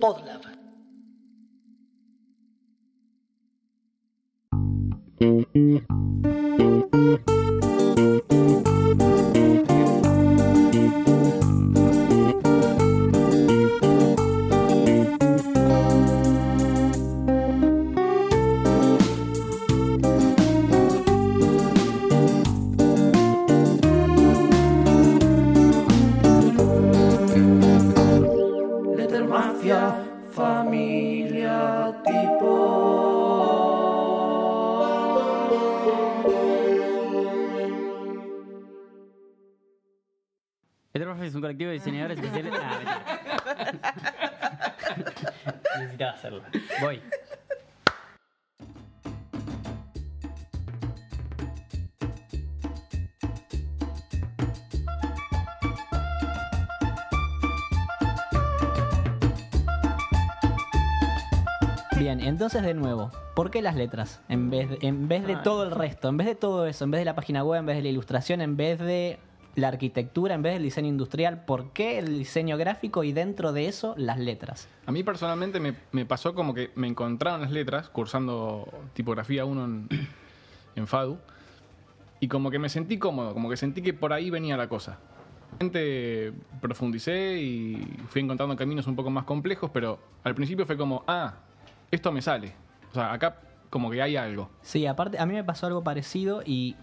Podlab. Mafia, familia tipo. Este Petrofis es un colectivo de diseñadores especiales. Ah, Ah, mentira. Necesitaba hacerlo. Voy. Bien, entonces de nuevo, ¿por qué las letras? En vez de, en vez de Ah. todo el resto, en vez de todo eso, en vez de la página web, en vez de la ilustración, en vez de la arquitectura, en vez del diseño industrial, ¿por qué el diseño gráfico y dentro de eso las letras? A mí personalmente me, me pasó como que me encontraron las letras cursando tipografía 1 en, en FADU y como que me sentí cómodo, como que sentí que por ahí venía la cosa. Realmente profundicé y fui encontrando caminos un poco más complejos, pero al principio fue como, ah, esto me sale. O sea, acá como que hay algo. Sí, aparte, a mí me pasó algo parecido y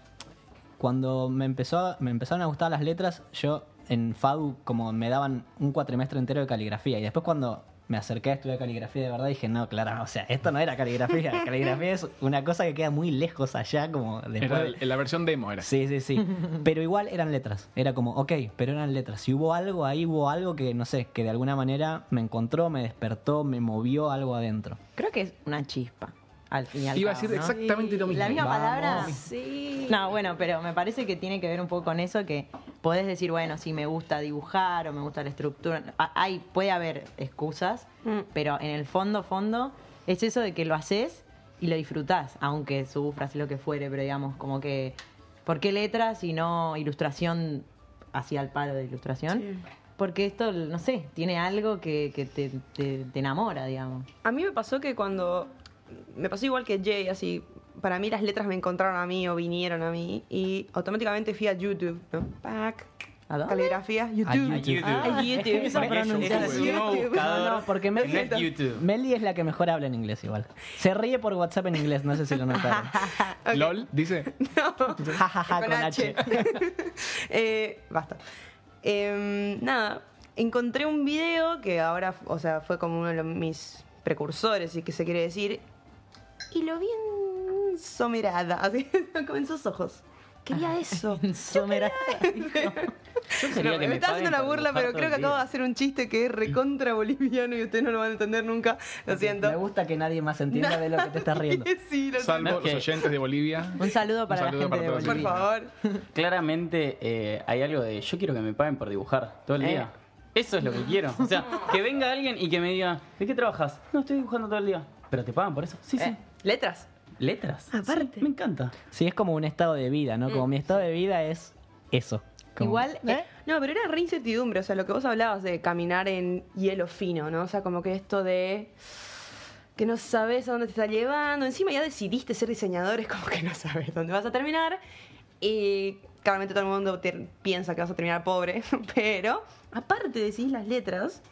cuando me, empezó a- me empezaron a gustar las letras, yo en FADU como me daban un cuatrimestre entero de caligrafía y después cuando me acerqué a estudiar caligrafía de verdad dije, no, claro, o sea, esto no era caligrafía, caligrafía es una cosa que queda muy lejos allá como después... Era de- el- la versión demo era. Sí, sí, sí. Pero igual eran letras. Era como, ok, pero eran letras. Si hubo algo ahí, hubo algo que, no sé, que de alguna manera me encontró, me despertó, me movió algo adentro. Creo que es una chispa. Al final. Iba a decir exactamente lo mismo. La misma Vamos. palabra. Sí. No, bueno, pero me parece que tiene que ver un poco con eso que podés decir, bueno, si me gusta dibujar o me gusta la estructura. A- Hay, puede haber excusas, Mm. pero en el fondo, fondo, es eso de que lo haces y lo disfrutás, aunque sufras y lo que fuere, pero digamos, como que. ¿Por qué letras y no ilustración hacia el palo de ilustración? Sí. Porque esto, no sé, tiene algo que, que te, te- te enamora, digamos. A mí me pasó que cuando. Me pasó igual que Jay, así. Para mí las letras me encontraron a mí o vinieron a mí. Y automáticamente fui a YouTube, ¿no? Pac. ¿A dónde? Caligrafía, YouTube. YouTube. Ah, YouTube. Esa pronunciación. Es YouTube. No, no, porque Meli, Lo siento. Meli es la que mejor habla en inglés igual. Se ríe por WhatsApp en inglés, no sé si lo notaron. Ok. LOL, dice. Jajaja con H. Eh, basta. Em, nada, encontré un video que ahora, o sea, fue como uno de los- mis precursores, y que se quiere decir, y lo vi en somerada, así, como en sus ojos. Quería eso. Somera. No, me estaba haciendo una burla, pero creo que acabo de hacer un chiste que es recontra boliviano y ustedes no lo van a entender nunca. Lo siento. Me gusta que nadie más entienda de lo que te estás riendo. sí, lo siento. Salvo Ok. los oyentes de Bolivia. Un saludo para Un la saludo gente para de todos. Por Bolivia. favor. Claramente eh, hay algo de yo quiero que me paguen por dibujar todo el Eh. día. Eso es lo que quiero. O sea, que venga alguien y que me diga, ¿de qué trabajas? No, estoy dibujando todo el día. ¿Pero te pagan por eso? Sí, sí. Eh, letras. Letras. Sí, Aparte. me encanta. Sí, es como un estado de vida, ¿no? Como mi estado de vida es eso. Como- Igual, eh, ¿Eh? no, pero era re incertidumbre, o sea, lo que vos hablabas de caminar en hielo fino, ¿no? O sea, como que esto de que no sabes a dónde te está llevando, encima ya decidiste ser diseñador, es como que no sabes dónde vas a terminar, y claramente todo el mundo te- piensa que vas a terminar pobre, pero aparte decís las letras,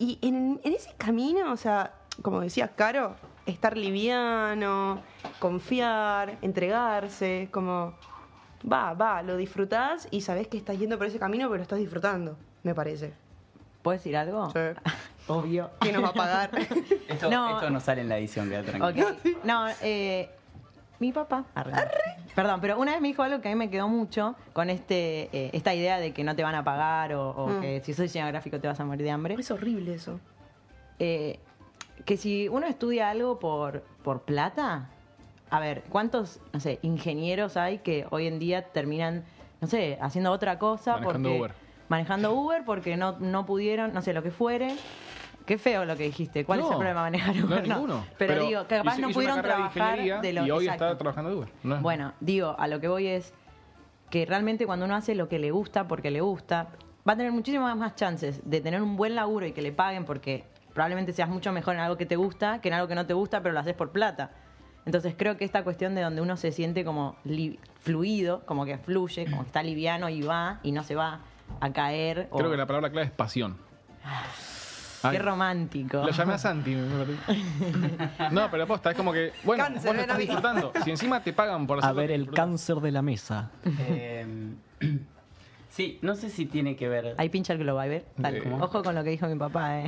y en, en ese camino, o sea, como decías, Caro, estar liviano, confiar, entregarse, como va, va, lo disfrutás y sabés que estás yendo por ese camino, pero lo estás disfrutando, me parece. ¿Puedo decir algo? Obvio. ¿Quién nos va a pagar? Esto No. no, esto no sale en la edición, queda tranquilo. Ok. No, eh, mi papá. Perdón, pero una vez me dijo algo que a mí me quedó mucho con este eh, esta idea de que no te van a pagar o, o Mm. que si sos diseñador gráfico te vas a morir de hambre. Es horrible eso. Eh, que si uno estudia algo por, por plata, a ver, ¿cuántos, no sé, ingenieros hay que hoy en día terminan, no sé, haciendo otra cosa? Manejando porque, Uber. Manejando Uber porque no, no pudieron, no sé, lo que fuere. Qué feo lo que dijiste. ¿Cuál es el No, problema de manejar No, Uber? ninguno. Pero, digo, que capaz hizo- no hizo pudieron una carrera de trabajar ingeniería de lo Y hoy exacto. está trabajando de Uber. No es- Bueno, digo, a lo que voy es que realmente cuando uno hace lo que le gusta porque le gusta, va a tener muchísimas más chances de tener un buen laburo y que le paguen porque probablemente seas mucho mejor en algo que te gusta que en algo que no te gusta, pero lo haces por plata. Entonces creo que esta cuestión de donde uno se siente como li- fluido, como que fluye, como que está liviano y va y no se va a caer. o- Ah, Creo que la palabra clave es pasión. Ay, Qué romántico. Lo llamé a Santi, me perdí. No, pero aposta, es como que, bueno, Cáncer, vos lo ven a estás mí. disfrutando. Si encima te pagan por hacer A ver el cáncer de la mesa. Eh, sí, no sé si tiene que ver. Ahí pincha el globo, ahí ver. Dale. Eh. Ojo con lo que dijo mi papá, eh.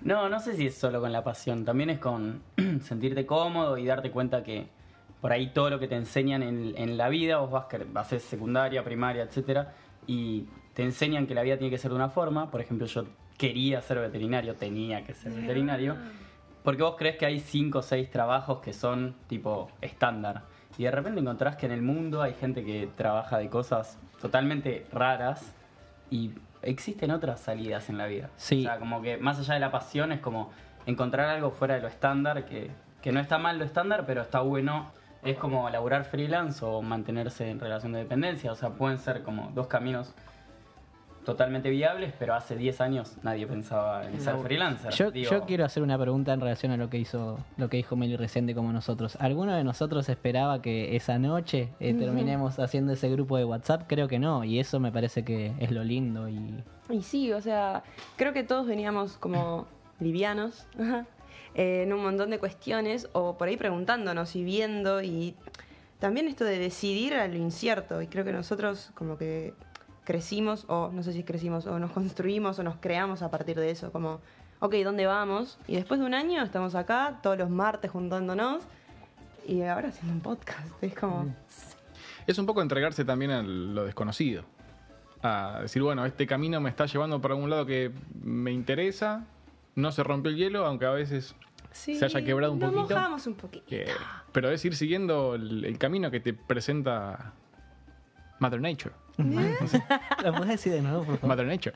No, no sé si es solo con la pasión, también es con sentirte cómodo y darte cuenta que por ahí todo lo que te enseñan en, en la vida, vos vas cre- haces secundaria, primaria, etcétera, y te enseñan que la vida tiene que ser de una forma, por ejemplo, yo quería ser veterinario, tenía que ser veterinario, porque vos crees que hay cinco o seis trabajos que son tipo estándar, y de repente encontrás que en el mundo hay gente que trabaja de cosas totalmente raras y existen otras salidas en la vida. Sí. O sea, como que más allá de la pasión es como encontrar algo fuera de lo estándar, que, que no está mal lo estándar, pero está bueno. Es como laburar freelance o mantenerse en relación de dependencia. O sea, pueden ser como dos caminos totalmente viables, pero hace 10 años nadie pensaba en ser freelancer. Yo, Digo, yo quiero hacer una pregunta en relación a lo que hizo, lo que dijo Meli recién de como nosotros. ¿Alguno de nosotros esperaba que esa noche eh, terminemos haciendo ese grupo de WhatsApp? Creo que no, y eso me parece que es lo lindo y Y sí, o sea, creo que todos veníamos como livianos ajá, eh, en un montón de cuestiones o por ahí preguntándonos y viendo y también esto de decidir a lo incierto. Y creo que nosotros como que crecimos o no sé si crecimos o nos construimos o nos creamos a partir de eso, como, ok, ¿dónde vamos? Y después de un año estamos acá todos los martes juntándonos y ahora haciendo un podcast. Es Mm. como... Es un poco entregarse también a lo desconocido. A decir, bueno, este camino me está llevando para un lado que me interesa, no se rompió el hielo, aunque a veces se haya quebrado un nos poquito. mojamos un poquito. que- pero es ir siguiendo el, el camino que te presenta Mother Nature. ¿Lo puedes decir de nuevo, por favor? Mother Nature.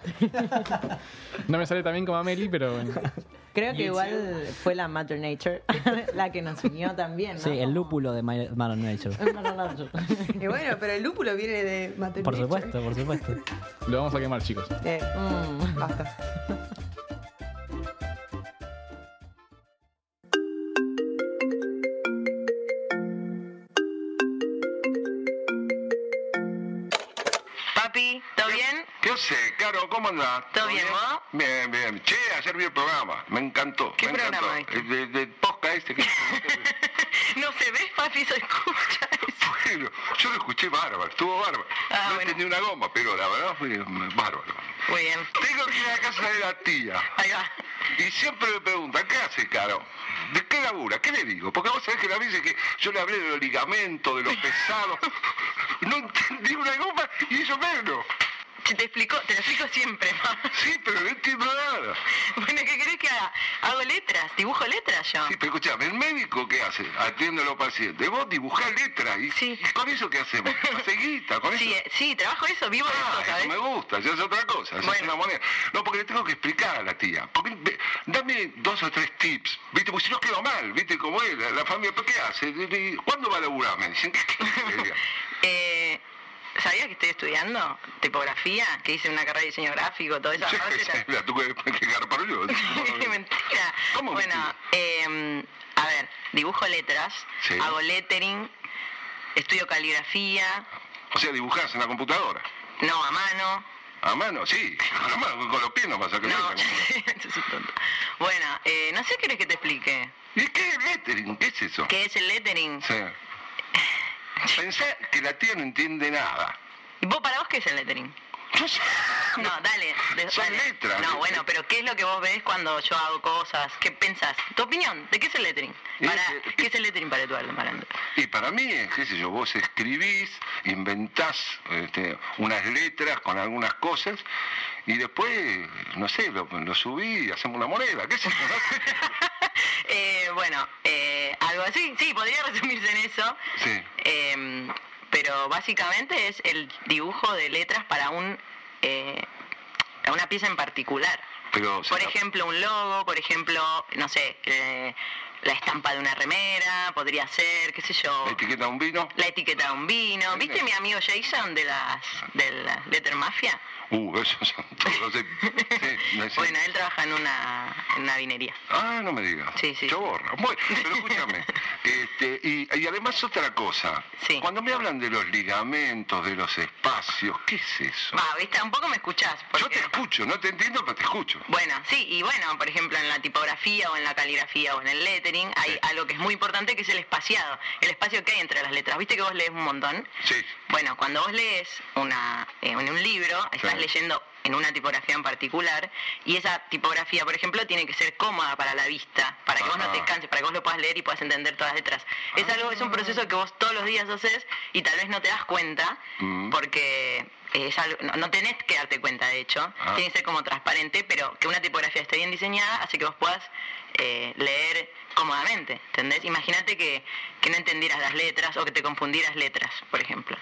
No me sale tan bien como a Meli, pero bueno, Creo que You igual fue la Mother Nature la que nos unió también. ¿no? Sí, el lúpulo de My- Mother Nature. Y bueno, pero el lúpulo viene de Mother Por Nature. supuesto, por supuesto. lo vamos a quemar, chicos. Eh, Mm. basta. Papi, ¿todo bien? ¿Qué haces, Caro? ¿Cómo andás? ¿Todo bien, vos? Bien, bien. Che, ayer vi el programa. Me encantó. ¿Qué me programa encantó. El de, de Posca este que... No se ve, papi, se escucha. Bueno, yo lo escuché bárbaro. Estuvo bárbaro. Ah, no bueno. entendí una goma, pero la verdad fue mm, bárbaro. Muy bien, Tengo que ir a casa de la tía. ahí va. Y siempre me preguntan, ¿qué hace, Caro? ¿De qué labura? ¿Qué le digo? Porque vos sabés que la veces que yo le hablé de los ligamentos, de los pesados. No entendí una goma y ellos menos. Si te explico, te lo explico siempre, ma. Sí, pero no entiendo nada. Bueno, ¿qué querés que haga? Hago letras, dibujo letras yo. Sí, pero escuchame, ¿el médico qué hace? Atiende a los pacientes. Vos dibujás letras y, Sí. y con eso qué hacemos? Seguita, con eso. Sí, eh, sí, trabajo eso, vivo de Ah, eso, eso ¿sabes? me gusta, eso es otra cosa, eso es ¿eh? Bueno. una moneda. No, porque le tengo que explicar a la tía. Porque, ve, dame dos o tres tips, ¿viste? Porque si no quedo mal, ¿viste? Como es, la, la familia, ¿pero qué hace? Y- y- ¿Cuándo va a laburar? Me dicen, ¿qué qué- Eh, ¿Sabías que estoy estudiando tipografía? Que hice una carrera de diseño gráfico, todo eso. Sí, Ahora se tra- La tuve que garpar yo. mentira. ¿Cómo bueno, mentira? eh, a ver, dibujo letras, Sí. hago lettering, estudio caligrafía, O sea, dibujás en la computadora. no a mano. A mano, sí. A la mano, con los pies no pasa que No, no. eso es un tonto. Bueno, eh, no sé qué querés que te explique. ¿Y qué es lettering? ¿Qué es eso? ¿Qué es el lettering? O sea, pensá que la tía no entiende nada. ¿Y vos para vos qué es el lettering? Yo sé- No, dale. de- Son dale. letras, No, ¿viste? bueno, pero ¿qué es lo que vos ves cuando yo hago cosas? ¿Qué pensás? ¿Tu opinión? ¿De qué es el lettering? Y este, Para, que- ¿Qué es el lettering para Eduardo Marando? Y para mí, es, qué sé yo, vos escribís, inventás este, unas letras con algunas cosas y después, no sé, lo, lo subí y hacemos una moneda, qué sé yo. ¿no? Eh, bueno, eh, algo así, sí, podría resumirse en eso. Sí. Eh, pero básicamente es el dibujo de letras para un eh, para una pieza en particular. Pero, o sea, Por ejemplo, un logo, por ejemplo, no sé, eh, la estampa de una remera, podría ser, qué sé yo, la etiqueta de un vino, Ah. la etiqueta de un vino. ¿Viste mi amigo Jason de las de la Letter Mafia? Uh, esos son todos. Sí, sí, no sé. Bueno, él trabaja en una, en una vinería. Ah, no me digas. Sí, sí. Yo borro. Bueno, pero escúchame. este, y, y además otra cosa. Sí. Cuando me hablan de los ligamentos, de los espacios, ¿qué es eso? Va, viste, tampoco me escuchás. Yo porque- te escucho, no te entiendo, pero te escucho. Bueno, sí, y bueno, por ejemplo, en la tipografía o en la caligrafía o en el lettering hay algo que es muy importante que es el espaciado, el espacio que hay entre las letras. ¿Viste que vos lees un montón? Sí. Bueno, cuando vos lees una, eh, en un libro, estás Sí. leyendo en una tipografía en particular, y esa tipografía, por ejemplo, tiene que ser cómoda para la vista, para que vos no Ajá. Ah. te canses, para que vos lo puedas leer y puedas entender todas las letras. Es algo, es un proceso que vos todos los días haces y tal vez no te das cuenta, Mm. porque eh, es algo, no, no tenés que darte cuenta, de hecho, Ah. tiene que ser como transparente, pero que una tipografía esté bien diseñada hace que vos puedas eh, leer cómodamente, ¿entendés? Imagínate que, que no entendieras las letras o que te confundieras letras, por ejemplo.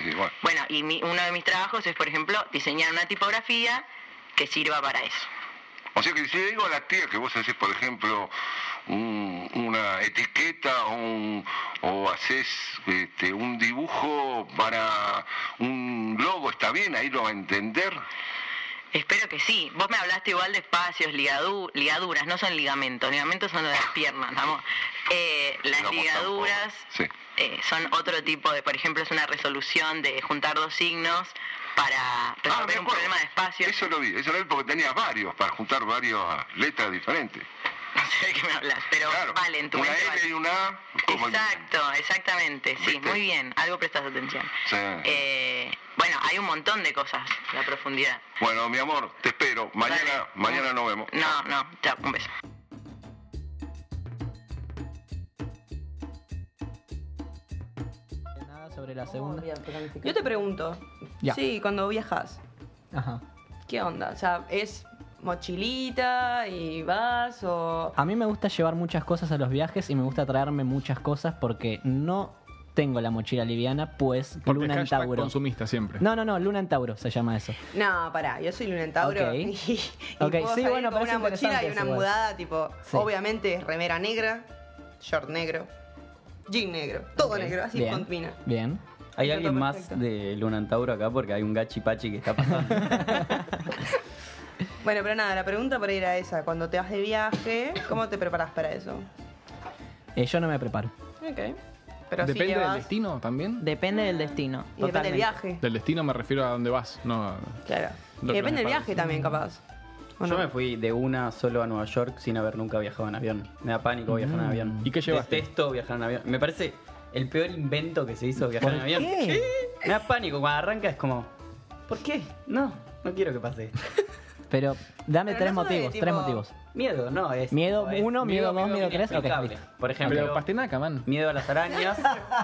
Y bueno, Bueno, y mi- uno de mis trabajos es, por ejemplo, diseñar una tipografía que sirva para eso. o sea que si le digo a la tía que vos haces, por ejemplo, un- una etiqueta o, un- o haces este, un dibujo para un logo, ¿está bien? Ahí lo va a entender. Espero que sí. Vos me hablaste igual de espacios, ligadu- ligaduras, no son ligamentos, ligamentos son lo de las piernas, vamos. Eh, las Digamos, ligaduras tampoco. Sí. eh, son otro tipo de, por ejemplo, es una resolución de juntar dos signos para Ah, me resolver un acuerdo. problema de espacio. Eso lo vi, eso lo vi porque tenía varios, para juntar varias letras diferentes. No sé de qué me hablas, pero claro, vale, en tu una mente L vale. y una A. como el- Exacto, exactamente, sí, ¿Viste? muy bien, algo prestas atención. Sí. Eh, bueno, hay un montón de cosas, la profundidad. Bueno, mi amor, te espero. Mañana, Dale. mañana nos vemos. No, no, chao, un beso. Nada Ah, sobre la segunda. Yo te pregunto, Ya. sí, cuando viajas, Ajá. ¿qué onda? O sea, ¿es mochilita y vas o...? A mí me gusta llevar muchas cosas a los viajes y me gusta traerme muchas cosas porque no tengo la mochila liviana, pues Porque Luna en hashtag Tauro. consumista siempre. No, no, no, Luna en Tauro se llama eso. No, pará, yo soy Luna en Tauro Ok. y, y Ok, sí, puedo salir bueno, con pero es una mochila y interesante una eso igual. mudada, tipo, Sí. obviamente es remera negra, short negro, jean negro, todo Ok, negro, así bien, combina. Bien. ¿Hay Está alguien todo más perfecto. de Luna en Tauro acá? Porque hay un gachi pachi que está pasando. Bueno, pero nada, la pregunta por ahí era esa, cuando te vas de viaje, ¿cómo te preparas para eso? Eh, yo no me preparo. Ok. Pero Depende si del llevas... destino también. Depende del destino. Y depende del totalmente. viaje. Del destino me refiero a dónde vas, no a- Claro. Lo Y que depende nos del separa. viaje también, capaz. ¿O Yo no? me fui de una solo a Nueva York sin haber nunca viajado en avión. Me da pánico viajar en avión. ¿Y qué llevaste? Detesto viajar en avión. Me parece el peor invento que se hizo viajar en avión. qué? Me da pánico. Cuando arranca es como, ¿Por qué? no, no quiero que pase esto. Pero dame Pero tres no soy de motivos, tipo- tres motivos. Miedo, no, es. Miedo es uno, miedo dos, miedo tres, ok, inexplicable. listo. Por Pero ejemplo, pastenaca, man. miedo a las arañas.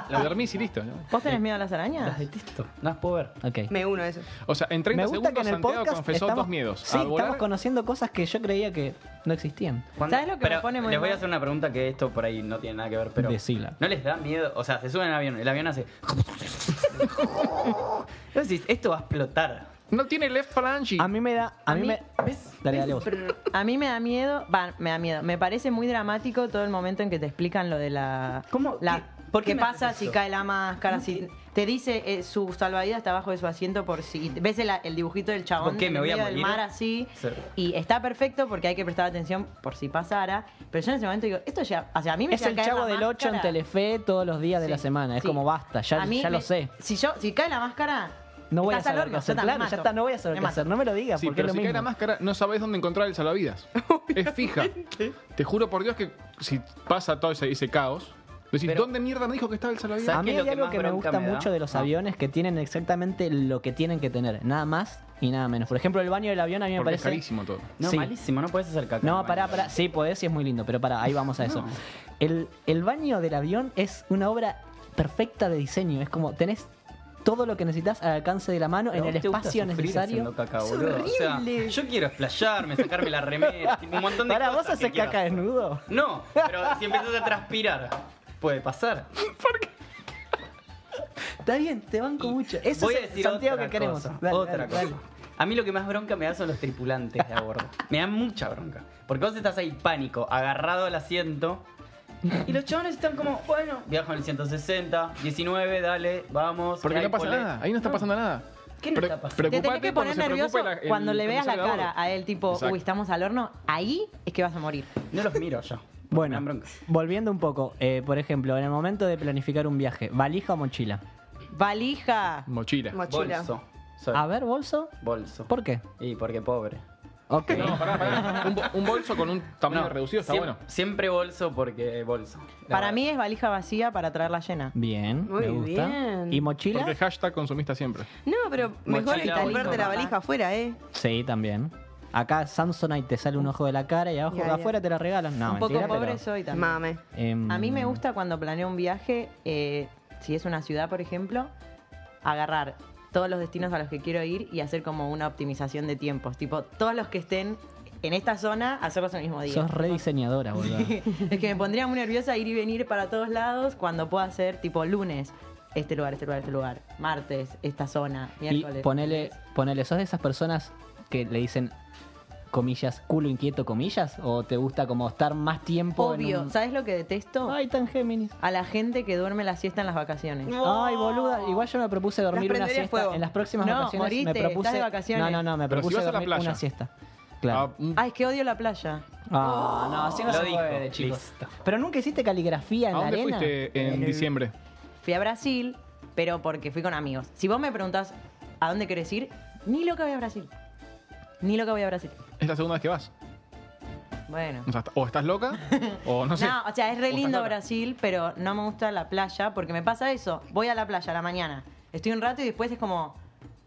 Lo dormís y listo. ¿no? ¿Vos tenés miedo a las Las arañas? detesto, no las puedo ver. Ok. Me uno a eso. O sea, en 30 me gusta que en segundos el Santiago podcast confesó estamos, dos miedos. Ah, Sí, a volar estamos conociendo cosas que yo creía que no existían. Cuando- ¿Sabes lo que me pero pone muy Les voy a mal? hacer una pregunta que esto por ahí no tiene nada que ver, pero. Decila. ¿No les da miedo? O sea, se suben al avión, el avión hace. Y vos decís, esto va a explotar. No tiene left phalange. A mí me da, a, mí, me, ¿Ves? dale, dale vos. A mí me da miedo, va, me da miedo. Me parece muy dramático todo el momento en que te explican lo de la. ¿Cómo? ¿Qué- La, por ¿Por qué qué me pasa haces si eso? cae la máscara? Si te dice eh, su salvavidas está abajo de su asiento por si. ¿Ves el, el dibujito del chabón ¿Por qué? en ¿Me el voy a medio del morir? mar así? Sí. Y está perfecto porque hay que prestar atención por si pasara. Pero yo en ese momento digo, esto ya. O sea, a mí me Es llega a el caer chavo la del 8 en máscara. Telefe todos los días de la Sí, semana. Es sí. como basta, ya, A mí ya lo me- sé. Si, yo, si cae la máscara. No voy a estás al saber qué horno, hacer. yo también Claro, mato. ya está, no voy a saber Me qué mato. hacer. No me lo digas, Sí, porque pero es si lo cae la mismo. máscara, no sabés dónde encontrar el salvavidas. es fija. Te juro por Dios que si pasa todo ese, ese caos, decís, Pero- ¿dónde mierda me dijo que estaba el salvavidas? ¿Sabes A mí qué es hay lo que algo más que me bronca gusta me da? mucho de los Ah. aviones que tienen exactamente lo que tienen que tener, nada más y nada menos. Por ejemplo, el baño del avión a mí me Porque es parece carísimo todo. No, Sí. malísimo, no puedes hacer caca. No, pará, pará. Sí, podés y es muy lindo, pero pará, ahí vamos a eso. El, el baño del avión es una obra perfecta de diseño. Es como tenés todo lo que necesitas al alcance de la mano, en el espacio necesario. Caca, boludo? O sea, yo quiero explayarme, sacarme la remera, tipo, un montón de Pará, cosas. ¿vos haces que quiero caca hacer. desnudo? No, pero si empezás a transpirar, puede pasar. Está bien, te banco mucho. Eso Voy a es el decir Santiago otra que queremos. cosa, Dale, otra dale, cosa. dale. A mí lo que más bronca me da son los tripulantes de a bordo. Me da mucha bronca. Porque vos estás ahí pánico, agarrado al asiento. Y los chavales están como, bueno, viajo en el 160, 19, dale, vamos. Porque no pasa tráipole. nada, ahí no está pasando nada. ¿Qué nos Pre- está pasando? Te tenés preocupate que cuando poner se nervioso preocupe la- el cuando le veas la comisario de cara ahorro. a él, tipo, Exacto. uy, estamos al horno, ahí es que vas a morir. No los miro yo. Me dan Bueno, bronca. volviendo un poco, eh, por ejemplo, en el momento de planificar un viaje, ¿valija o mochila? Valija. Mochila. Mochila. Bolso. Soy A ver, bolso. Bolso. ¿Por qué? Y porque pobre. Ok. No, pará, pará. Un, bo- un bolso con un tamaño No, reducido está siem- bueno. Siempre bolso porque bolso. La Para verdad. mí es valija vacía para traerla llena. Bien, Muy me gusta. bien. ¿Y mochila? Porque hashtag consumista siempre. No, pero mejor Mochila, que volverte la bolso. valija afuera, ¿eh? Sí, también. Acá Samsonite te sale un ojo de la cara y abajo Ya, de ya. afuera te la regalan. No, un poco mentira, pobre pero, soy también. Mame. em, A mí me gusta cuando planeo un viaje, eh, si es una ciudad, por ejemplo, agarrar todos los destinos a los que quiero ir y hacer como una optimización de tiempos. Tipo, todos los que estén en esta zona, hacerlos el mismo día. Sos rediseñadora, boludo. es que me pondría muy nerviosa ir y venir para todos lados cuando pueda ser tipo lunes, este lugar, este lugar, este lugar, martes, esta zona, y miércoles. ponele, ponele, ¿sos de esas personas que le dicen comillas, culo inquieto, comillas? ¿O te gusta como estar más tiempo en Obvio, un- ¿sabes lo que detesto? Ay, tan Géminis. A la gente que duerme la siesta en las vacaciones. Ay, boluda, igual yo me propuse dormir una prendería siesta fuego. en las próximas No, vacaciones. morite, me propuse estás de vacaciones. No, no, no, me Pero si propuse vas a la dormir playa. una siesta. Claro. Ah, un- Ay, es que odio la playa. Ah, no, así no Lo se dijo, puede, chicos. listo. Pero nunca hiciste caligrafía en ¿A la dónde arena. fuiste en En el- diciembre? Fui a Brasil, pero porque fui con amigos. Si vos me preguntás a dónde querés ir, ni loca voy a Brasil. Ni loca voy a Brasil. Es la segunda vez que vas. Bueno. O, sea, o estás loca o no sé. No, o sea, es re estás lindo loca. Brasil, pero no me gusta la playa porque me pasa eso. Voy a la playa a la mañana, estoy un rato y después es como,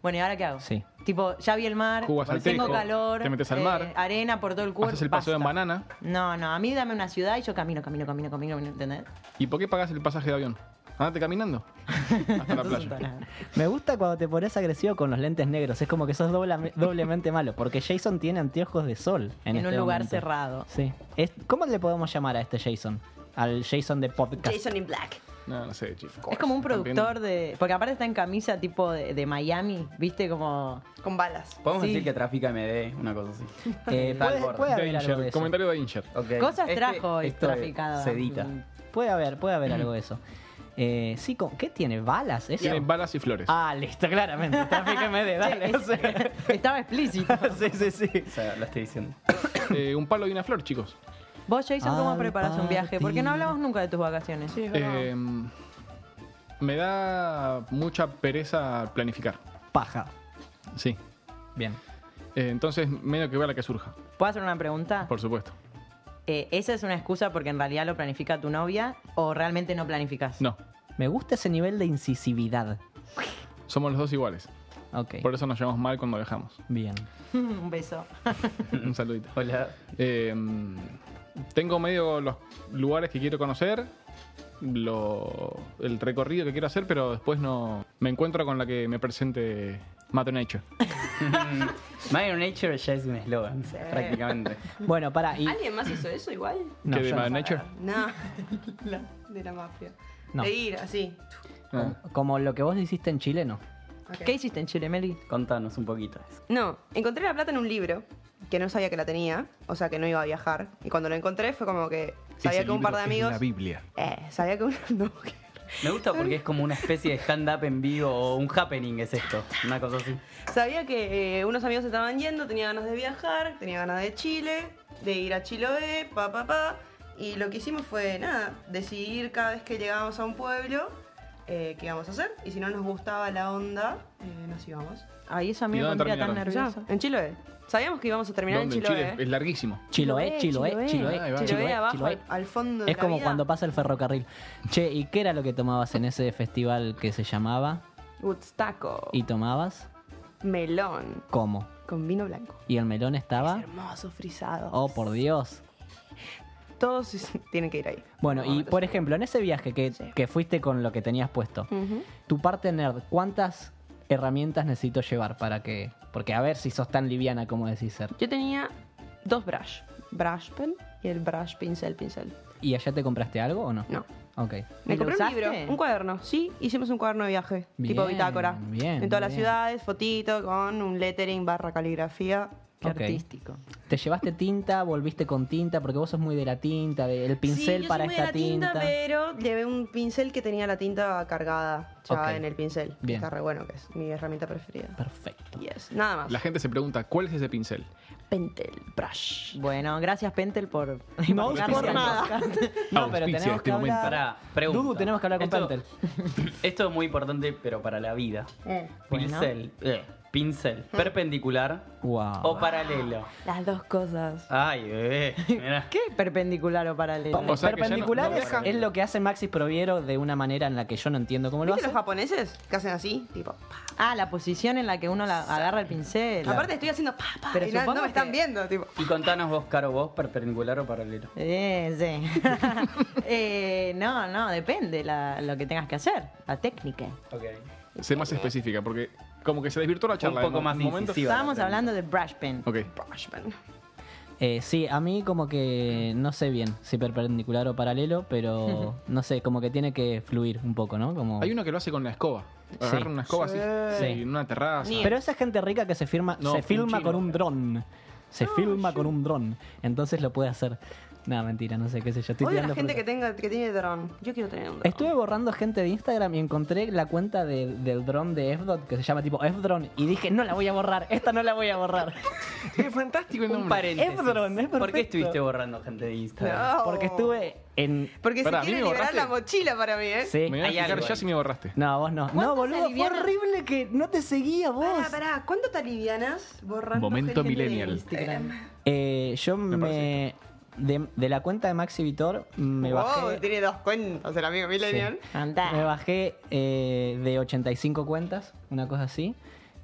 bueno, ¿y ahora qué hago? Sí. Tipo, ya vi el mar, Jugás al tengo tejo, calor, eh, te metes al mar, arena por todo el cuerpo. Haces el paseo en basta. banana. No, no, a mí dame una ciudad y yo camino, camino, camino, camino, ¿entendés? ¿Y por qué pagas el pasaje de avión? Andate caminando hasta la Entonces, playa. nada. Me gusta cuando te pones agresivo con los lentes negros. Es como que sos dobla- doblemente malo. Porque Jason tiene anteojos de sol en, En este un lugar momento. cerrado. Sí. Es- ¿Cómo le podemos llamar a este Jason? Al Jason de podcast. Jason in Black. No, no sé, chico. Es como un También- productor de... Porque aparte está en camisa tipo de, de Miami, ¿viste? Como... Con balas. Podemos Sí. decir que trafica MD, una cosa así. Eh, Está al puede, borde. puede haber algo de Danger, eso. comentario de Incher. Ok. Cosas Este- trajo y esto de traficadas. Sedita. Puede haber, puede haber algo de eso. Eh, sí, con- ¿qué tiene? ¿Balas? ¿Eso? Tiene balas y flores. Ah, listo, claramente. Tráficame de eh. dale. o sea. Estaba explícito. sí, sí, sí. O sea, lo estoy diciendo. Eh, un palo y una flor, chicos. Vos, Jason, ¿cómo Al preparas un viaje? Porque no partir. hablamos nunca de tus vacaciones. Eh, me da mucha pereza planificar. Paja. Sí. Bien. Eh, entonces, medio que vea la que surja, ¿Puedo hacer una pregunta? por supuesto. Eh, ¿Esa es una excusa porque en realidad lo planifica tu novia o realmente no planificas? No, Me gusta ese nivel de incisividad. somos los dos iguales. Ok. Por eso nos llevamos mal cuando dejamos. Bien. un beso. un saludito. Hola. Eh, tengo medio los lugares que quiero conocer, lo- el recorrido que quiero hacer, pero después no me encuentro con la que me presente Mother Nature. Minor Nature ya es un eslogan, prácticamente. Bueno, para. Y... ¿Alguien más hizo eso igual? No, ¿Qué de yo no. Mother Nature? No. La- de la mafia. No. De ir así. No. Como lo que vos hiciste en Chile, no. Ok. ¿Qué hiciste en Chile, Meli? Contanos un poquito de eso. No, encontré la plata en un libro que no sabía que la tenía, o sea que no iba a viajar. Y cuando lo encontré fue como que sabía Ese que un par libro es de amigos. La Biblia. Eh, sabía que uno. No, que- Me gusta porque es como una especie de stand-up en vivo o un happening es esto, una cosa así. Sabía que eh, unos amigos estaban yendo, tenía ganas de viajar, tenía ganas de Chile, de ir a Chiloé, pa, pa, pa. Y lo que hicimos fue, nada, decidir cada vez que llegábamos a un pueblo eh, qué íbamos a hacer. Y si no nos gustaba la onda, eh, nos íbamos. Ay, eso a mí ¿Y me dónde pondría tan terminaron? nerviosa. en Chiloé. Sabíamos que íbamos a terminar en ¿Dónde? En Chiloé. eh. Chile es larguísimo. Chiloé, Chiloé, Chiloé, Ahí va. Chiloé, Chiloé, Ah, abajo, Chiloé. Al, al fondo de Es la como vida. cuando pasa el ferrocarril. Che, ¿y qué era lo que tomabas en ese festival que se llamaba? Woodstaco. ¿Y tomabas? melón ¿Cómo? con vino blanco. ¿Y el melón estaba? Hermoso, frisado. ¿Ah? Oh, por Dios. Todos tienen que ir ahí. Bueno, y Momentos. por ejemplo, en ese viaje que, Sí. Mm. que fuiste con lo que tenías puesto, Ujú. tu parte nerd, ¿cuántas herramientas necesito llevar para que...? Porque a ver si sos tan liviana como decís ser. Yo tenía dos brush. Brush pen y el brush pincel, pincel. ¿Y allá te compraste algo o no? No. Ok. ¿Y Me lo compré un usaste? libro, un cuaderno, sí, hicimos un cuaderno de viaje, Bien, tipo bitácora. bien, en todas las bien. ciudades, fotito, con un lettering barra caligrafía, Qué Ok. artístico. ¿Te llevaste tinta? ¿Volviste con tinta? Porque vos sos muy de la tinta, del pincel Sí, yo soy para muy de esta la tinta, pero llevé un pincel que tenía la tinta cargada ya Ok. en el pincel. Bien. Está re bueno, que es mi herramienta preferida. Perfecto. Yes. Nada más. La gente se pregunta, ¿cuál es ese pincel? Pentel brush. Bueno, gracias Pentel por No, por por nada. No, pero Auspicia tenemos que este momento. hablar- Pará, pregunta. Dudu, tenemos que hablar con Esto- Pentel. Esto es muy importante, pero para la vida. Bueno. Pincel. eh, pincel. Perpendicular Wow. o paralelo. Las dos cosas. Ay, bebé. mirá. ¿Qué perpendicular o paralelo? O sea que ya no- Perpendicular no es- deja- es lo que hace Maxis Proviero de una manera en la que yo no entiendo cómo lo ¿Viste hace. los japoneses que hacen así? Tipo, pa. Ah, la posición en la que uno la agarra el pincel. Aparte estoy haciendo pa, pa, Pero y na- no, supongo me están que- viendo, tipo. Y contanos vos, Caro, vos, perpendicular o paralelo. Eh, sí. Eh, no, no, depende la- lo que tengas que hacer, la técnica. Ok. Sé más específica, porque como que se desvirtuó la charla. Un poco en más momento. incisiva. Estábamos hablando de brush pen. Ok. Brushman. Eh, sí, a mí como que no sé bien si perpendicular o paralelo, pero no sé, como que tiene que fluir un poco, ¿no? Como... Hay uno que lo hace con la escoba. Agarra Sí. una escoba así Sí. en una terraza. Pero esa gente rica que se firma, No, se un filma chino. con un dron. Se filma con un dron. Entonces lo puede hacer. No, mentira, no sé qué sé yo. Estoy Odio la tirando gente fruta. que, tenga, que tiene dron. Yo quiero tener un dron. Estuve borrando gente de Instagram y encontré la cuenta de- del dron de Fdot que se llama tipo Fdron y dije, no la voy a borrar, esta no la voy a borrar. Es fantástico el Un nombre. paréntesis. Efron, es ¿Por perfecto. qué estuviste borrando gente de Instagram? No. Porque estuve en... Porque Pará, ¿a se mí quiere me liberar la borraste? mochila para mí, ¿eh? Sí. Me voy a Hay fijar algo ya ahí. si me borraste. No, vos no. No, ¿Cuántos boludo, fue alivianos? horrible que no te seguía vos. Pará, pará, ¿cuánto te alivianas borrando Momento gente de millennial. Instagram? Eh, yo me... de, de la cuenta de Maxi Vitor me Wow, bajé... tiene dos cuentas el amigo Sí. millennial. Andá. Me bajé eh, de 85 cuentas, una cosa así.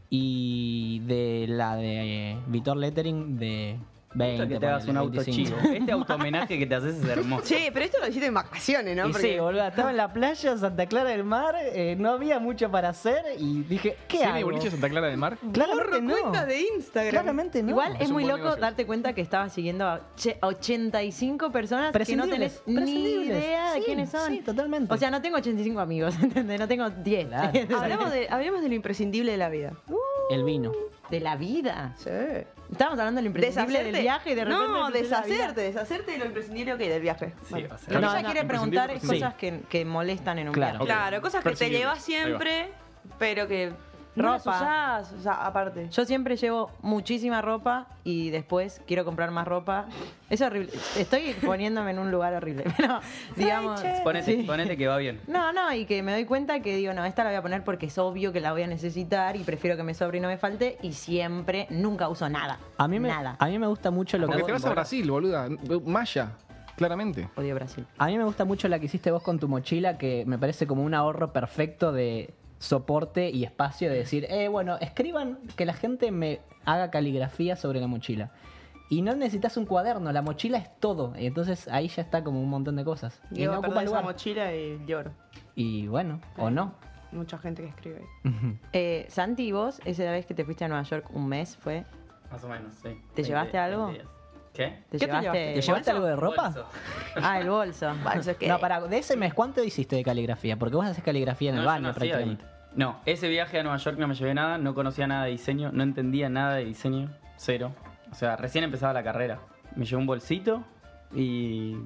Y de la de eh, Vitor Lettering de 20. Esto que te hagas un ponele, auto 25. chivo. Este automenaje que te haces es hermoso. Che, pero esto lo hiciste en vacaciones, ¿no? Y sí, boludo, estaba en la playa, Santa Clara del Mar, eh, no había mucho para hacer y dije, ¿qué ¿Tiene hago? boliche Santa Clara del Mar? Claramente borro no. cuentas de Instagram. Claramente no. Igual es, un muy buen loco negocio. darte cuenta que estabas siguiendo a che- a 85 personas que no Prescindibles, tenés ni prescindibles. idea de Sí, quiénes son. sí, totalmente. O sea, no tengo 85 amigos, ¿entendés? No tengo 10. Claro. Hablamos de, hablemos de lo imprescindible de la vida. El vino. De la vida. Sí. Estábamos hablando de lo imprescindible del viaje y de repente... No, empecé la vida. deshacerte, deshacerte de lo imprescindible que del viaje. Vale. o sea, Lo que No, ella no, quiere preguntar es imprescindible, cosas que, que molestan en un Claro. viaje. Claro, cosas que te Percibibles. llevas siempre, pero que no las Ropa. usás, o sea, aparte. Yo siempre llevo muchísima ropa y después quiero comprar más ropa. Es horrible. Estoy poniéndome en un lugar horrible, pero digamos... che. Ponete, Sí. ponete que va bien. No, no, y que me doy cuenta que digo, no, esta la voy a poner porque es obvio que la voy a necesitar y prefiero que me sobre y no me falte y siempre, nunca uso nada. A mí me, Nada. a mí me gusta mucho lo Porque que te vas a Brasil, boluda. Maya, claramente. Odio Brasil. A mí me gusta mucho la que hiciste vos con tu mochila, que me parece como un ahorro perfecto de soporte y espacio de decir, eh, bueno, escriban que la gente me haga caligrafía sobre la mochila. Y no necesitas un cuaderno, la mochila es todo. Y entonces ahí ya está como un montón de cosas. Y Llevo no a ocupa perder esa lugar. mochila y lloro. Y bueno, o no. Mucha gente que escribe. Eh, Santi, ¿y vos, esa vez que te fuiste a Nueva York un mes, fue? Más o menos, sí. ¿Te llevaste algo? ¿Qué? ¿Te ¿Qué te llevaste? llevaste? ¿Te llevaste algo de ropa? Bolso. Ah, el bolso. No, para, de ese mes, ¿cuánto hiciste de caligrafía? Porque vos haces caligrafía en No, el yo baño no hacía prácticamente. ahí. No, ese viaje a Nueva York no me llevé nada, no conocía nada de diseño, no entendía nada de diseño, cero. O sea, recién empezaba la carrera. Me llevé un bolsito y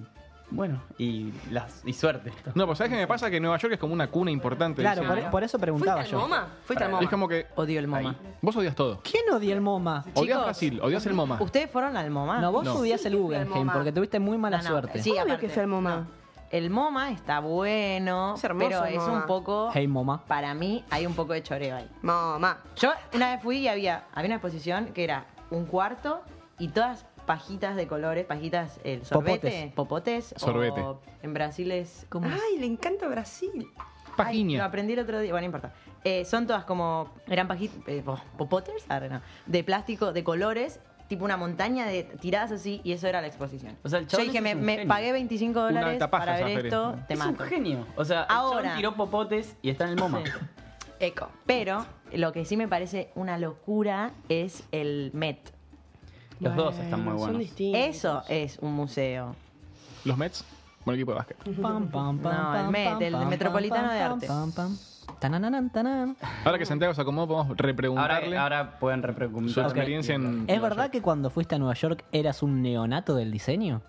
bueno, y las y suerte. No, pues ¿sabes qué me pasa? Que Nueva York es como una cuna importante. Claro, dicen, por, ¿no? por eso preguntaba ¿Fuiste al yo. MoMA? ¿Fuiste al Es MoMA? como que Odio el MoMA. vos odias todo. ¿Quién odia el MoMA? Odias Chicos, Brasil, odias el MoMA. ¿Ustedes fueron al MoMA? No, vos No. odias el Sí, fui al Guggenheim MoMA. porque tuviste muy mala No, no, suerte. sí, Obvio aparte. que fue al MoMA. El MoMA está bueno, Es hermoso pero el es MoMA. un poco... Hey, MoMA. Para mí hay un poco de choreo ahí. Mamá. Yo una vez fui y había, había una exposición que era un cuarto y todas pajitas de colores, pajitas, el sorbete, popotes, Sorbete. o en Brasil es como... Ay, le encanta Brasil. Ay, Lo Pajiña. aprendí el otro día, bueno, no importa. Eh, son todas como, eran pajitas, eh, popotes, Arre, no. de plástico, de colores, tipo una montaña de tiradas así, y eso era la exposición. O sea, el Yo chabón dije, ese me, es un me genio. pagué 25 Una dólares alta paja para esa ver feria. esto, te es un mato. genio. O sea, el Ahora. chabón tiró popotes y está en el MoMA. Sí. Eco. Pero lo que sí me parece una locura es el Met. Los dos están muy Son buenos. distintos. Eso es un museo. Los Mets, buen equipo de básquet. Pam, pam, pam, No, el pam, Met, pam, el pam, Metropolitano pam, de pam, Arte. pam, pam. Tanananan, tanan. Ahora que Santiago se acomodó, podemos Ahora, repreguntarle ahora pueden repreguntar. su experiencia en. ¿Es verdad que cuando fuiste a Nueva York eras un neonato del diseño?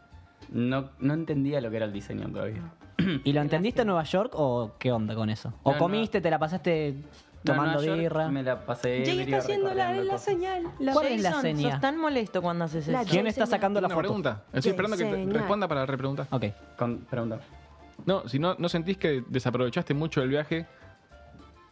No, no entendía lo que era el diseño todavía. ¿Y lo entendiste en Nueva York o qué onda con eso? ¿O Hmm. No, comiste, te la pasaste tomando No, en Nueva York birra? Me la pasé. Jay está ebrio haciendo la, recorriendo la cosas. señal. La ¿Cuál es la Jason, seña? Sos tan molesto cuando haces La eso. ¿Quién está sacando la Una foto? pregunta. Estoy esperando que te Diseñar. responda para repreguntar. Ok. Con, pregunta. No, si no, no sentís que desaprovechaste mucho el viaje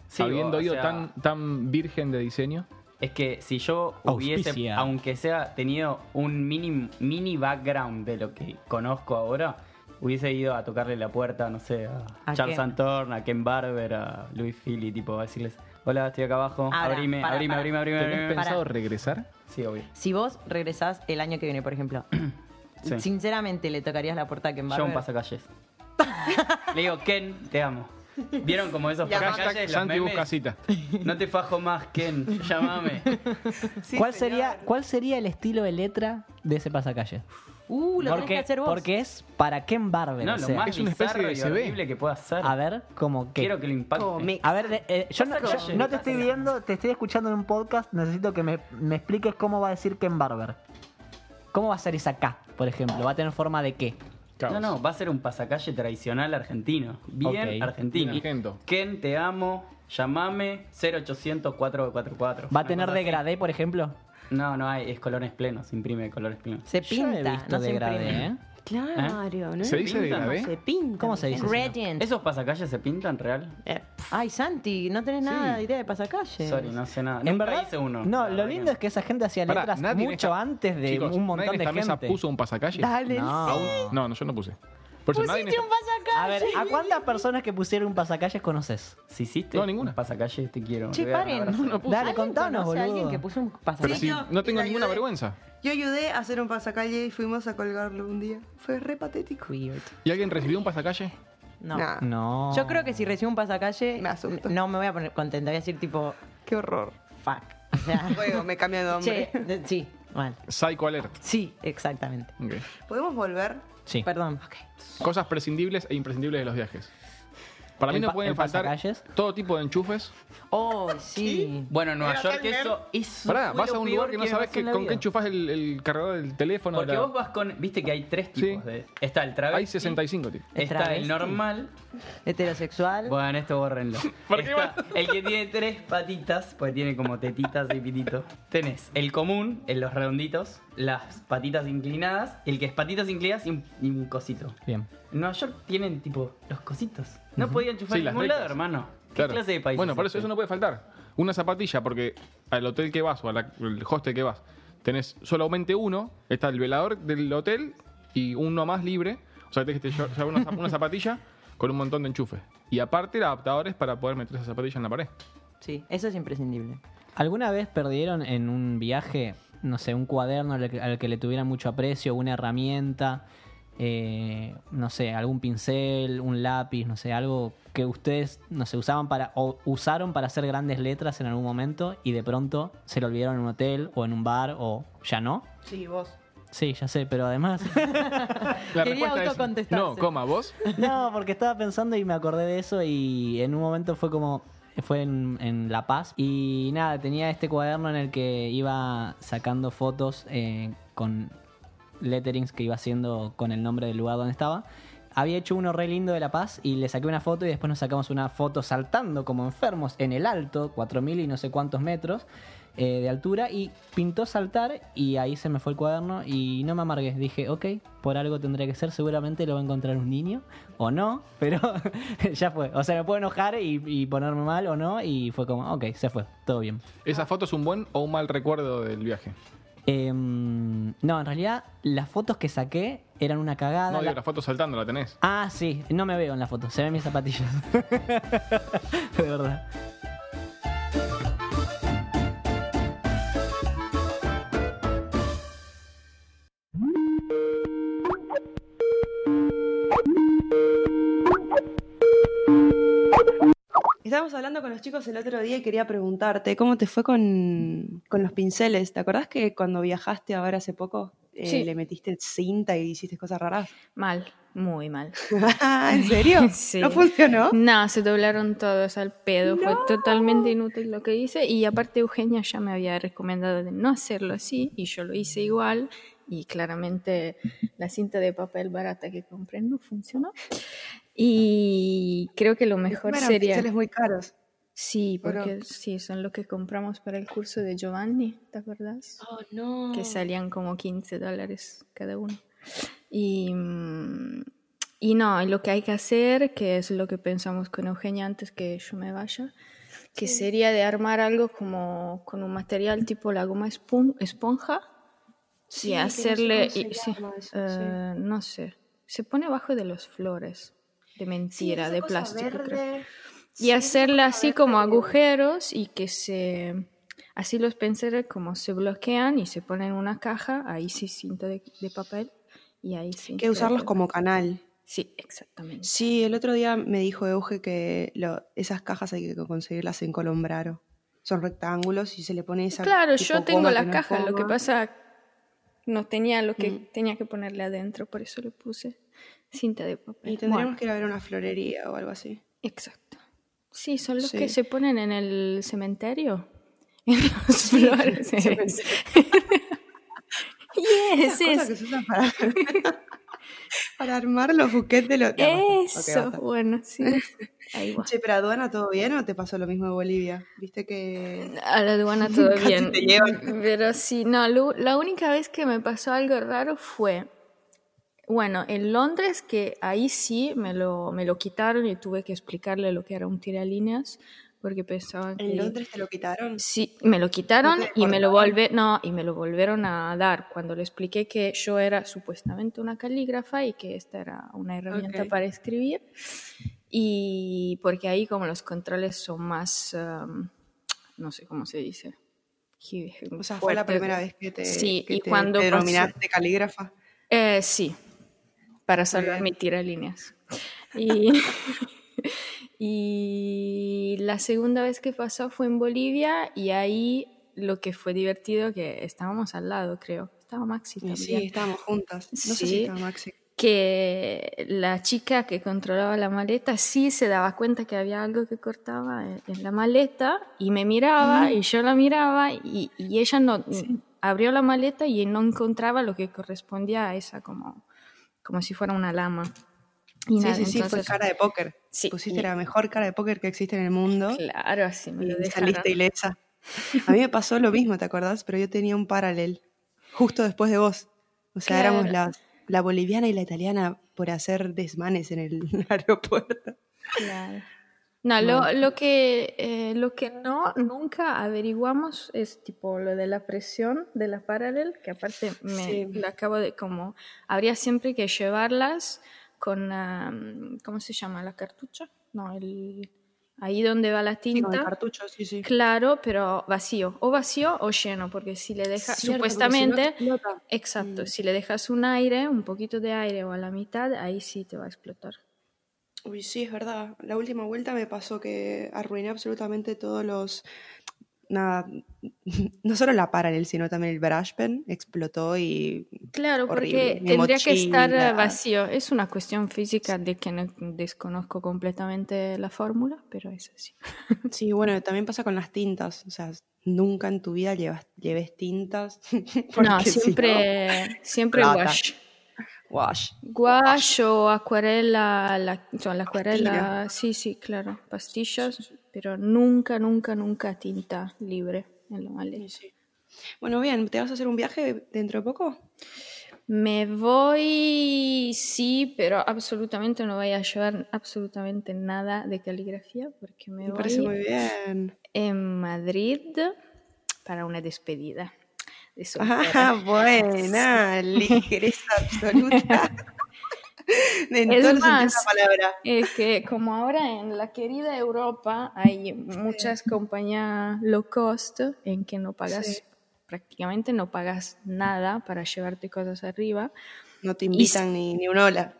Sí, habiendo o ido sea, tan, tan virgen de diseño. Es que si yo hubiese, Auspicia. aunque sea tenido un mini, mini background de lo que conozco ahora, hubiese ido a tocarle la puerta, no sé, a, ¿A Charles quién? Antorn, a Ken Barber, a Luis Philly, tipo, a decirles, hola, estoy acá abajo, Ahora, abrime, para, abrime, para. abrime, abrime, ¿Tenés abrime". pensado Pará. regresar? Sí, obvio. Si vos regresás el año que viene, por ejemplo, Sí. sinceramente le tocarías la puerta a Ken Yo un Barber. pasacalles. Le digo, Ken, te amo. ¿Vieron como esos pasacalles? Hashtag los Santi memes? busca cita. No te fajo más, Ken, llámame. ¿Cuál, sería, ¿Cuál sería el estilo de letra de ese pasacalle? Uh, lo tenés que hacer vos. porque es para Ken Barber. No, o lo sea, más es una especie bizarro de y CB. horrible que pueda hacer. A ver, como que... Quiero que lo impacte. Come. A ver, de- eh, yo, no, yo Pasacalle. no te estoy viendo, te estoy escuchando en un podcast, necesito que me, me expliques cómo va a decir Ken Barber. ¿Cómo va a ser esa K, por ejemplo? ¿Va a tener forma de qué? Caos. No, no, va a ser un pasacalle tradicional argentino. Bien Ok. argentino. Bien argento. Ken, te amo. Llamame 0800 444. ¿Va a Una tener cosa así. degradé, por ejemplo? No, no hay, es colores plenos, se imprime de colores plenos. Se Yo he pinta, visto no se degradé, imprime. ¿eh? Claro, ¿no? ¿Se dice de pinta, la no B? Se pinta. ¿Cómo se dice? Gradient. ¿Esos pasacalles se pintan real? Eh, Ay, Santi, no tenés nada de idea de pasacalle. Sorry, no sé nada. En Nunca verdad, hice uno. la no, lo verdad lindo que es que esa gente hacía Pará, letras nadie en mucho esta- antes de Chicos, un ¿nadie montón en de esta mesa gente. puso un pasacalle? Dale, No. sí. No, no, yo no puse. Por eso nadie en esta- ¡Pusiste un pasacalle! A ver, ¿a cuántas personas que pusieron un pasacalles conoces? no. Si hiciste No, ninguna. un pasacalle, te quiero. Che, te voy a dar un paren. abrazo. No puse. Dale, contanos, conoce a alguien boludo. que puso un Pero pasacalle? si Sí, yo- no tengo la ninguna ayudé. vergüenza. Yo ayudé a hacer un pasacalle y fuimos a colgarlo un día. Fue re patético. Weird. ¿Y alguien recibió un pasacalle? No. Nah, No. Ah. Yo creo que si recibo un pasacalle, Me asusto. no me voy a poner contenta. Voy a decir tipo, Qué horror. fuck. O sea, Luego me cambia de nombre. che, de- sí, mal. Psycho Alert. Sí, exactamente. Ok. ¿Podemos volver? Sí. Perdón. Cosas prescindibles e imprescindibles de los viajes. Para mí El no pa- pueden el faltar pasacalles. todo tipo de enchufes. Oh, sí. Bueno, en Nueva York eso, eso Pará, fue vas lo a un peor lugar que no me sabes pasó en que- la con vida. qué enchufás el, el cargador del teléfono. Porque la- vos vas con... Viste que hay tres tipos Sí. de... Está el travesti. Hay 65, tío. ¿El Está travesti? el normal, Heterosexual. Bueno, esto bórrenlo. ¿Por qué Está el que tiene tres patitas, pues tiene como tetitas y pitito. Tenés el común, en los redonditos, las patitas inclinadas, el que es patitas inclinadas y un, y un cosito. Bien. En Nueva York tienen tipo los cositos. No podía enchufar Sí, en las ningún becas. lado, hermano. ¿Qué Claro. clase de país? Bueno, es por eso este? eso no puede faltar. Una zapatilla, porque al hotel que vas o al hostel que vas, tenés solamente uno, está el velador del hotel y uno más libre. O sea, tenés que te llevar- llevar una, zap- una zapatilla con un montón de enchufes. Y aparte, adaptadores para poder meter esa zapatilla en la pared. Sí, eso es imprescindible. ¿Alguna vez perdieron en un viaje, no sé, un cuaderno al que, al que le tuvieran mucho aprecio, una herramienta, eh, no sé, algún pincel, un lápiz, no sé, algo que ustedes, no sé, usaban para, o usaron para hacer grandes letras en algún momento y de pronto se lo olvidaron en un hotel o en un bar o ya no? Sí, vos. Sí, ya sé, pero además... La Quería respuesta es autocontestarse. no, coma, vos. No, porque estaba pensando y me acordé de eso y en un momento fue como... Fue en, en La Paz y nada, tenía este cuaderno en el que iba sacando fotos eh, con letterings que iba haciendo con el nombre del lugar donde estaba. Había hecho uno re lindo de La Paz y le saqué una foto y después nos sacamos una foto saltando como enfermos en el alto, 4.000 y no sé cuántos metros eh, de altura y pintó saltar y ahí se me fue el cuaderno y no me amargué. Dije, ok, por algo tendría que ser, seguramente lo va a encontrar un niño o no, pero ya fue. O sea, me puedo enojar y, y ponerme mal o no y fue como, ok, se fue, todo bien. ¿Esa foto es un buen o un mal recuerdo del viaje? Em, no, en realidad las fotos que saqué eran una cagada. No, La- digo, la foto saltando la tenés. Ah, sí, no me veo en la foto, se ven mis zapatillas. de verdad. Estábamos hablando con los chicos el otro día y quería preguntarte, ¿cómo te fue con, con los pinceles? ¿Te acordás que cuando viajaste a ver hace poco eh, Sí. le metiste cinta y hiciste cosas raras. Mal, muy mal. ¿En serio? Sí. ¿No funcionó? No, se doblaron todos al pedo. Fue totalmente inútil lo que hice. Y aparte Eugenia ya me había recomendado de no hacerlo así y yo lo hice igual. Y claramente la cinta de papel barata que compré no funcionó. Y creo que lo mejor Eran sería... píxeles muy caros. Sí, Pero- porque sí, son los que compramos para el curso de Giovanni, ¿te acuerdas? Oh, no. que salían como 15 dólares cada uno. Y, mm, y no, y lo que hay que hacer, que es lo que pensamos con Eugenia antes que yo me vaya, que sería de armar algo como con un material tipo la goma espon- esponja Sí, y que no sé hacerle, cómo se y- sí, llama eso, sí. eh, no sé, se pone abajo de los flores, de mentira, de plástico. creo. Y hacerla así como agujeros y que se... Así los pinceles como se bloquean y se ponen en una caja, ahí sí cinta de, de papel y ahí sí. Que usarlos creo como canal. Sí, exactamente. Sí, el otro día me dijo Euge que lo- esas cajas hay que conseguirlas en Colombraro. Son rectángulos y se le pone esa. Claro, tipo yo tengo goma la que no es caja, lo que goma. pasa no tenía lo que Mm. tenía que ponerle adentro, por eso le puse cinta de papel. Y tendríamos Bueno, que ir a ver una florería o algo así. Exacto. Sí, son los Sí. que se ponen en el cementerio. En los flores. yes, Esas cosas yes. que se usan para, para armar los buquetes de los. no, basta. Ok, Eso, basta. bueno, sí. Ahí va. Che, pero aduana todo bien o te pasó lo mismo de Bolivia? Viste que. A la aduana todo Casi bien. Mm, te llevan. Pero sí, no, lo- la única vez que me pasó algo raro fue, bueno, en Londres, que ahí sí me lo, me lo quitaron y tuve que explicarle lo que era un tiralíneas, porque pensaban que... ¿En Londres te lo quitaron? mm, Sí, me lo quitaron ¿No te y me lo deportaron? volve- no, y me lo volvieron a dar cuando le expliqué que yo era supuestamente una calígrafa y que esta era una herramienta Ok. para escribir. Y porque ahí como los controles son más um, no sé cómo se dice. O sea, fue la fuertes. primera vez que te, Sí, que y te- cuando te pasó- denominaste calígrafa. Eh, sí, para salvar bien. mi tiralíneas. Y, y la segunda vez que pasó fue en Bolivia y ahí lo que fue divertido, que estábamos al lado, creo. Estaba Y Maxi también. sí, estábamos juntas. No sé Sí. si estaba Maxi. Que la chica que controlaba la maleta sí se daba cuenta que había algo que cortaba en, en la maleta y me miraba y yo la miraba y, y ella no abrió la maleta y no encontraba lo que correspondía a esa como, como si fuera una lama. Y sí, nada, sí, sí, fue entonces- cara de póker. Sí, Pusiste y- la mejor cara de póker que existe en el mundo Claro, así me lo y dejaron. saliste ilesa. A mí me pasó lo mismo, ¿te acordás? Pero yo tenía un paralel justo después de vos. O sea, éramos Claro. las, la boliviana y la italiana por hacer desmanes en el aeropuerto. Claro. No, lo, lo que, eh, lo que no, nunca averiguamos es tipo lo de la presión de la paralel, que aparte me Sí. la acabo de como, habría siempre que llevarlas con, ah, ¿cómo se llama? La cartucha, no, el, ahí donde va la Sí, con el tinta. cartucho, sí, sí. Claro, pero vacío, o vacío o lleno, porque si le dejas, Cierto, porque si no supuestamente, explota. exacto, Mm. si le dejas un aire, un poquito de aire o a la mitad, ahí sí te va a explotar. Uy, sí, es verdad. La última vuelta me pasó que arruiné absolutamente todos los... Nada, no solo la paralel, sino también el brush pen explotó y... Claro, horrible. porque Mi tendría que estar eh, mochila. vacío. Es una cuestión física de que no- desconozco completamente la fórmula, pero es así. Sí, bueno, también pasa con las tintas. O sea, nunca en tu vida llevas, lleves tintas. porque No, si siempre, siempre Plata. wash. Wash. Gouache o acuarela, la, no, la acuarela, Pastilla. sí, sí, claro, pastillas, pero nunca, nunca, nunca tinta libre en la maleta. Y sí. Bueno, bien, ¿te vas a hacer un viaje dentro de poco? Me voy, sí, pero absolutamente no voy a llevar absolutamente nada de caligrafía porque me, Me voy parece muy bien. en Madrid para una despedida de soltera. Ah, buena, ligereza absoluta. en Es todos los sentidos de más, la palabra. Es que como ahora en la querida Europa hay muchas compañías low cost en que no pagas, Sí. prácticamente no pagas nada para llevarte cosas arriba. No te invitan ni, ni un hola.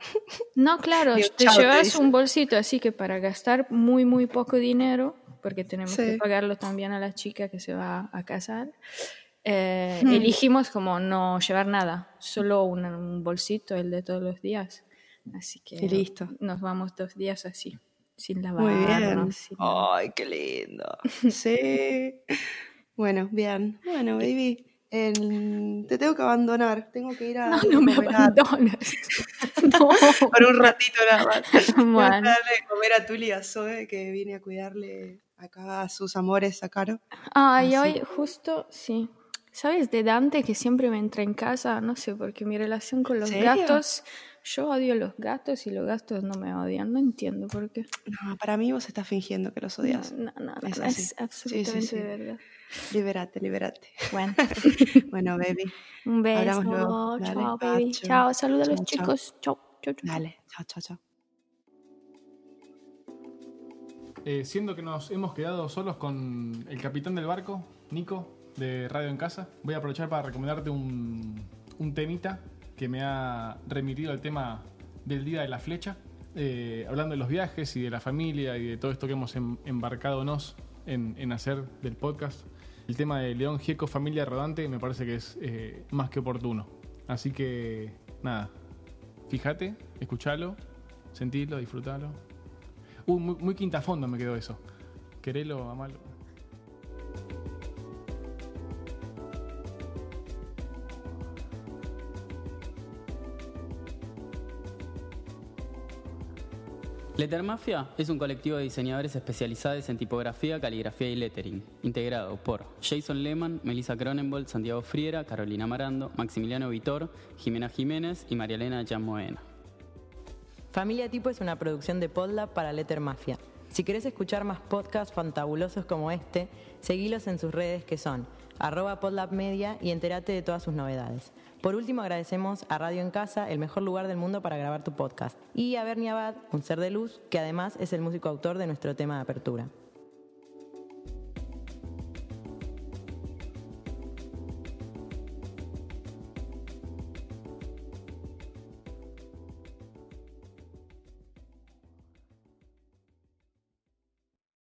No, claro, Digo, te chao, te llevas dicen. un bolsito, así que para gastar muy, muy poco dinero, porque tenemos que Sí. pagarlo también a la chica que se va a casar, Eh, Hmm. Elegimos como no llevar nada, solo un, un bolsito, el de todos los días. Así que Y listo. nos vamos dos días así, sin Muy bien. Oh. lavarnos. sin- Ay, qué lindo. Sí. bueno, bien. Bueno, baby. en- Te tengo que abandonar. Tengo que ir a. No, no me comer a- abandones. No. Por un ratito nada más. Tengo que Bueno. darle de comer a Tuli y a Zoe, que vine a cuidarle acá a sus amores a Caro. Ay, hoy justo, sí. ¿Sabes de Dante que siempre me entra en casa? No sé, porque mi relación con los ¿Serio? gatos, yo odio los gatos y los gatos no me odian, no entiendo por qué. No, para mí vos estás fingiendo que los odias. No, no, no, Es así. no, es Sí, sí, absolutamente sí. de verdad. Liberate, liberate. Bueno, Bueno, baby. un beso. Hablamos luego. Dale, Chao, baby. chao. Chao, saluda a los Chao, chao. chicos. Chao, chao, chao. Dale. Chao, chao, chao. Eh, siendo que nos hemos quedado solos con el capitán del barco, Nico, de Radio en Casa, voy a aprovechar para recomendarte un, un temita que me ha remitido al tema del Día de la Flecha, eh, hablando de los viajes y de la familia y de todo esto que hemos em- embarcadonos en, en hacer del podcast. El tema de León Gieco, familia rodante, me parece que es eh, más que oportuno. Así que, nada, fíjate, escuchalo, sentilo, disfrutalo. Uh, muy, muy quinta fondo me quedó eso. Querelo, amalo. Lettermafia es un colectivo de diseñadores especializados en tipografía, caligrafía y lettering, integrado por Jason Lehman, Melissa Cronenbold, Santiago Friera, Carolina Marando, Maximiliano Vitor, Jimena Jiménez y María Elena Moena. Familia Tipo es una producción de Podlab para Letter Mafia. Si querés escuchar más podcasts fantabulosos como este, seguilos en sus redes que son arroba Podlab Media y entérate de todas sus novedades. Por último, agradecemos a Radio en Casa, el mejor lugar del mundo para grabar tu podcast, y a Bernie Abad, un ser de luz, que además es el músico autor de nuestro tema de apertura.